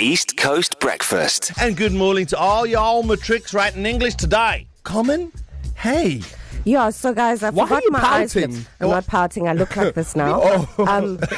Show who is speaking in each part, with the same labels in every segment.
Speaker 1: East Coast Breakfast.
Speaker 2: And good morning to all y'all matrix writing English today. Common? Hey.
Speaker 3: Yeah, so guys, I
Speaker 4: Why are
Speaker 3: forgot
Speaker 4: you
Speaker 3: my eyes.
Speaker 4: pouting?
Speaker 3: lift. I'm not pouting. I look like this now.
Speaker 4: Oh.
Speaker 3: um,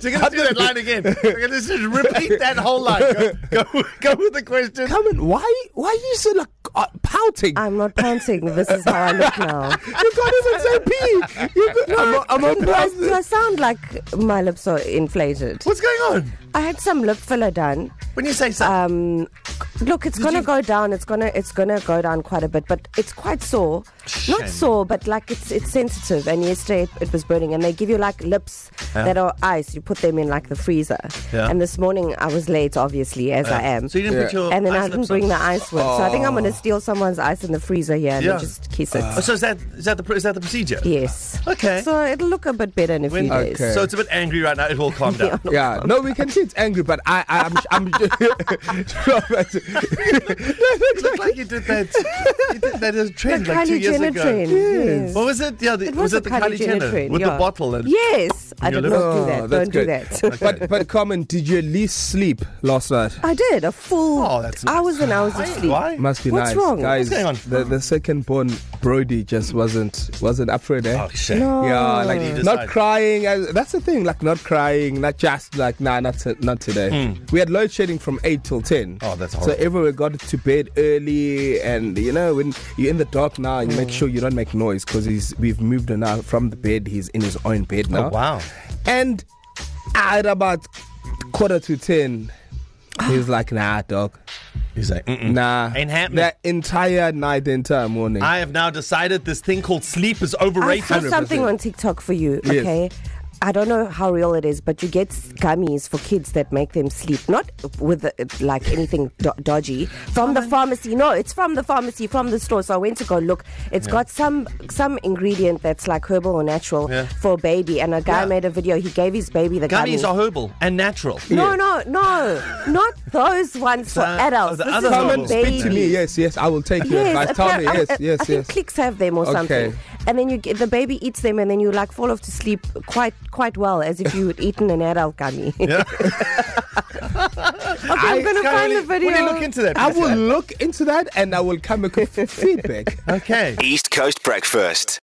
Speaker 2: So you're going to do that line again. You're going to just repeat that whole line. Go, go, go with the question.
Speaker 4: Come on, why, why are you so like, uh, pouting?
Speaker 3: I'm not pouting. This is how I look now.
Speaker 4: you can't even say pee. You got, I'm, I'm on
Speaker 3: Do I,
Speaker 4: pause.
Speaker 3: do I sound like my lips are inflated?
Speaker 2: What's going on?
Speaker 3: I had some lip filler done.
Speaker 2: When you say something.
Speaker 3: Um, look, it's gonna go down. It's gonna it's gonna go down quite a bit, but it's quite sore.
Speaker 2: Shame.
Speaker 3: Not sore, but like it's it's sensitive. And yesterday it, it was burning. And they give you like lips that are ice. You put them in like the freezer.
Speaker 2: Yeah.
Speaker 3: And this morning I was late, obviously, as I am.
Speaker 2: so you didn't put your
Speaker 3: Uh, and then
Speaker 2: ice
Speaker 3: I didn't
Speaker 2: lips
Speaker 3: bring
Speaker 2: on.
Speaker 3: the ice with. So I think I'm going to steal someone's ice in the freezer here and
Speaker 2: Yeah.
Speaker 3: then just kiss it.
Speaker 2: Oh, so is that is that the pr- is that the procedure?
Speaker 3: yes.
Speaker 2: Okay.
Speaker 3: So it'll look a bit better in a few
Speaker 2: When-
Speaker 3: days.
Speaker 4: Okay.
Speaker 2: So it's a bit angry right now. It will calm down.
Speaker 4: Yeah, no, we can see it's angry, but I, I I'm, I'm.
Speaker 2: it looked like you did that. You did that as a trend like two
Speaker 3: Kylie
Speaker 2: years
Speaker 3: Jenner
Speaker 2: ago.
Speaker 3: trend. Yes.
Speaker 2: What was it? Yeah, the,
Speaker 3: It
Speaker 2: was,
Speaker 3: was, a
Speaker 2: it the Kylie, Jenner,
Speaker 3: trend,
Speaker 2: with
Speaker 3: yeah.
Speaker 2: the bottle and
Speaker 3: Yes, I
Speaker 2: your
Speaker 3: did
Speaker 2: lips?
Speaker 3: not do that.
Speaker 4: Oh,
Speaker 3: Don't
Speaker 4: that's
Speaker 3: do
Speaker 4: good.
Speaker 3: that.
Speaker 4: but but common, did you at least sleep last night?
Speaker 3: I did a full
Speaker 2: Oh, that's nice.
Speaker 3: hours and hours of
Speaker 2: Why?
Speaker 3: sleep.
Speaker 2: Why?
Speaker 4: Must be
Speaker 3: What's
Speaker 4: nice,
Speaker 3: wrong?
Speaker 4: guys.
Speaker 2: What's going on?
Speaker 4: The the second born Brody just wasn't wasn't up for it. Eh?
Speaker 2: Oh shit!
Speaker 3: No.
Speaker 4: Yeah,
Speaker 3: Oh.
Speaker 4: like
Speaker 2: He
Speaker 4: not
Speaker 2: decided.
Speaker 4: crying. uh, That's the thing. Like not crying. Not just like nah, not t- not today. We had load shedding from eight till ten.
Speaker 2: Hmm. Oh, that's
Speaker 4: So
Speaker 2: horrible.
Speaker 4: everyone got to bed early, and you know when you're in the dark now, you
Speaker 2: Hmm.
Speaker 4: make sure you don't make noise because he's we've moved him now from the bed. He's in his own bed now.
Speaker 2: Oh, wow!
Speaker 4: And at about quarter to ten, he's like, nah, dog,
Speaker 2: He's like, Mm-mm.
Speaker 4: nah.
Speaker 2: Hmm. Ain't happening.
Speaker 4: That entire night, the entire morning.
Speaker 2: I have now decided this thing called sleep is
Speaker 3: I
Speaker 2: overrated.
Speaker 3: saw something on TikTok for you.
Speaker 4: Yes.
Speaker 3: Okay. I don't know how real it is, but you get gummies for kids that make them sleep. Not with uh, like anything do- dodgy from the pharmacy. No, it's from the pharmacy, from the store. So I went to go look. It's got some some ingredient that's like herbal or natural
Speaker 2: Yeah.
Speaker 3: for a baby. And a guy
Speaker 2: Yeah.
Speaker 3: made a video. He gave his baby the gummy.
Speaker 2: Gummies are herbal and natural.
Speaker 3: no, no, no, not those ones
Speaker 2: So,
Speaker 3: for adults.
Speaker 2: the
Speaker 3: This
Speaker 2: other
Speaker 3: is for
Speaker 2: herbal.
Speaker 4: Come and speak to me.
Speaker 3: babies.
Speaker 4: Yes, yes, I will take your
Speaker 3: Yes,
Speaker 4: advice. Tell me.
Speaker 3: appar-
Speaker 4: Yes,
Speaker 3: I- I- I
Speaker 4: yes,
Speaker 3: think
Speaker 4: yes.
Speaker 3: Clicks have them or
Speaker 4: Okay.
Speaker 3: something, and then you get the baby eats them, and then you like fall off to sleep quite quite well, as if you had eaten an adult gummy.
Speaker 2: Yeah.
Speaker 3: okay, I, am gonna find the video.
Speaker 2: Will you look into that?
Speaker 4: I
Speaker 2: please?
Speaker 4: will look into that and I will come back with feedback.
Speaker 2: Okay.
Speaker 1: East Coast Breakfast.